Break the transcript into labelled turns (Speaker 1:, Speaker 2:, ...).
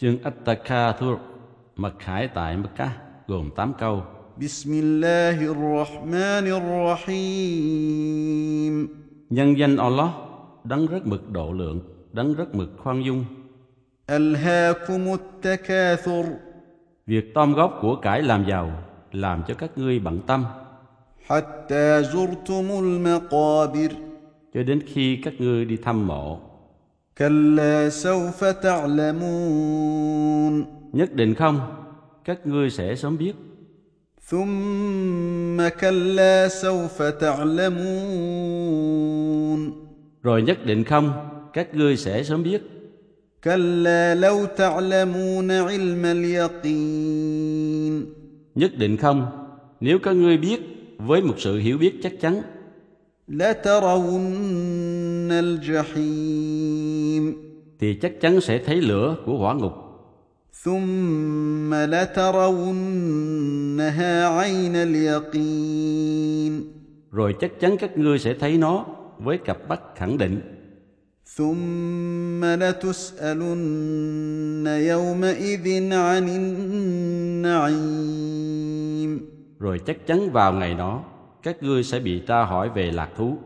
Speaker 1: Chương Attakathur mặc khải tại Mecca gồm 8 câu.
Speaker 2: بسم الله الرحمن الرحيم
Speaker 1: Nhân danh Allah, đấng rất mực độ lượng, đấng rất mực khoan dung.
Speaker 2: ألهاكم التكاثر
Speaker 1: Việc tom góp của cải làm giàu, làm cho các ngươi bận tâm,
Speaker 2: حتى زرتم المقابر
Speaker 1: cho đến khi các ngươi đi thăm mộ.
Speaker 2: كلا سوف تعلمون
Speaker 1: Nhất định không, các ngươi sẽ sớm biết,
Speaker 2: ثم كلا سوف تعلمون
Speaker 1: rồi nhất định không, các ngươi sẽ sớm biết.
Speaker 2: كلا لو تعلمون علم اليقين
Speaker 1: Nhất định không, nếu các ngươi biết với một sự hiểu biết chắc chắn,
Speaker 2: لترون الجحيم
Speaker 1: thì chắc chắn sẽ thấy lửa của hỏa ngục,
Speaker 2: ثم لترونها عين اليقين
Speaker 1: rồi chắc chắn các ngươi sẽ thấy nó với cặp mắt khẳng định,
Speaker 2: ثم لتسالن يومئذ عن النعيم
Speaker 1: rồi chắc chắn vào ngày đó các ngươi sẽ bị tra hỏi về lạc thú.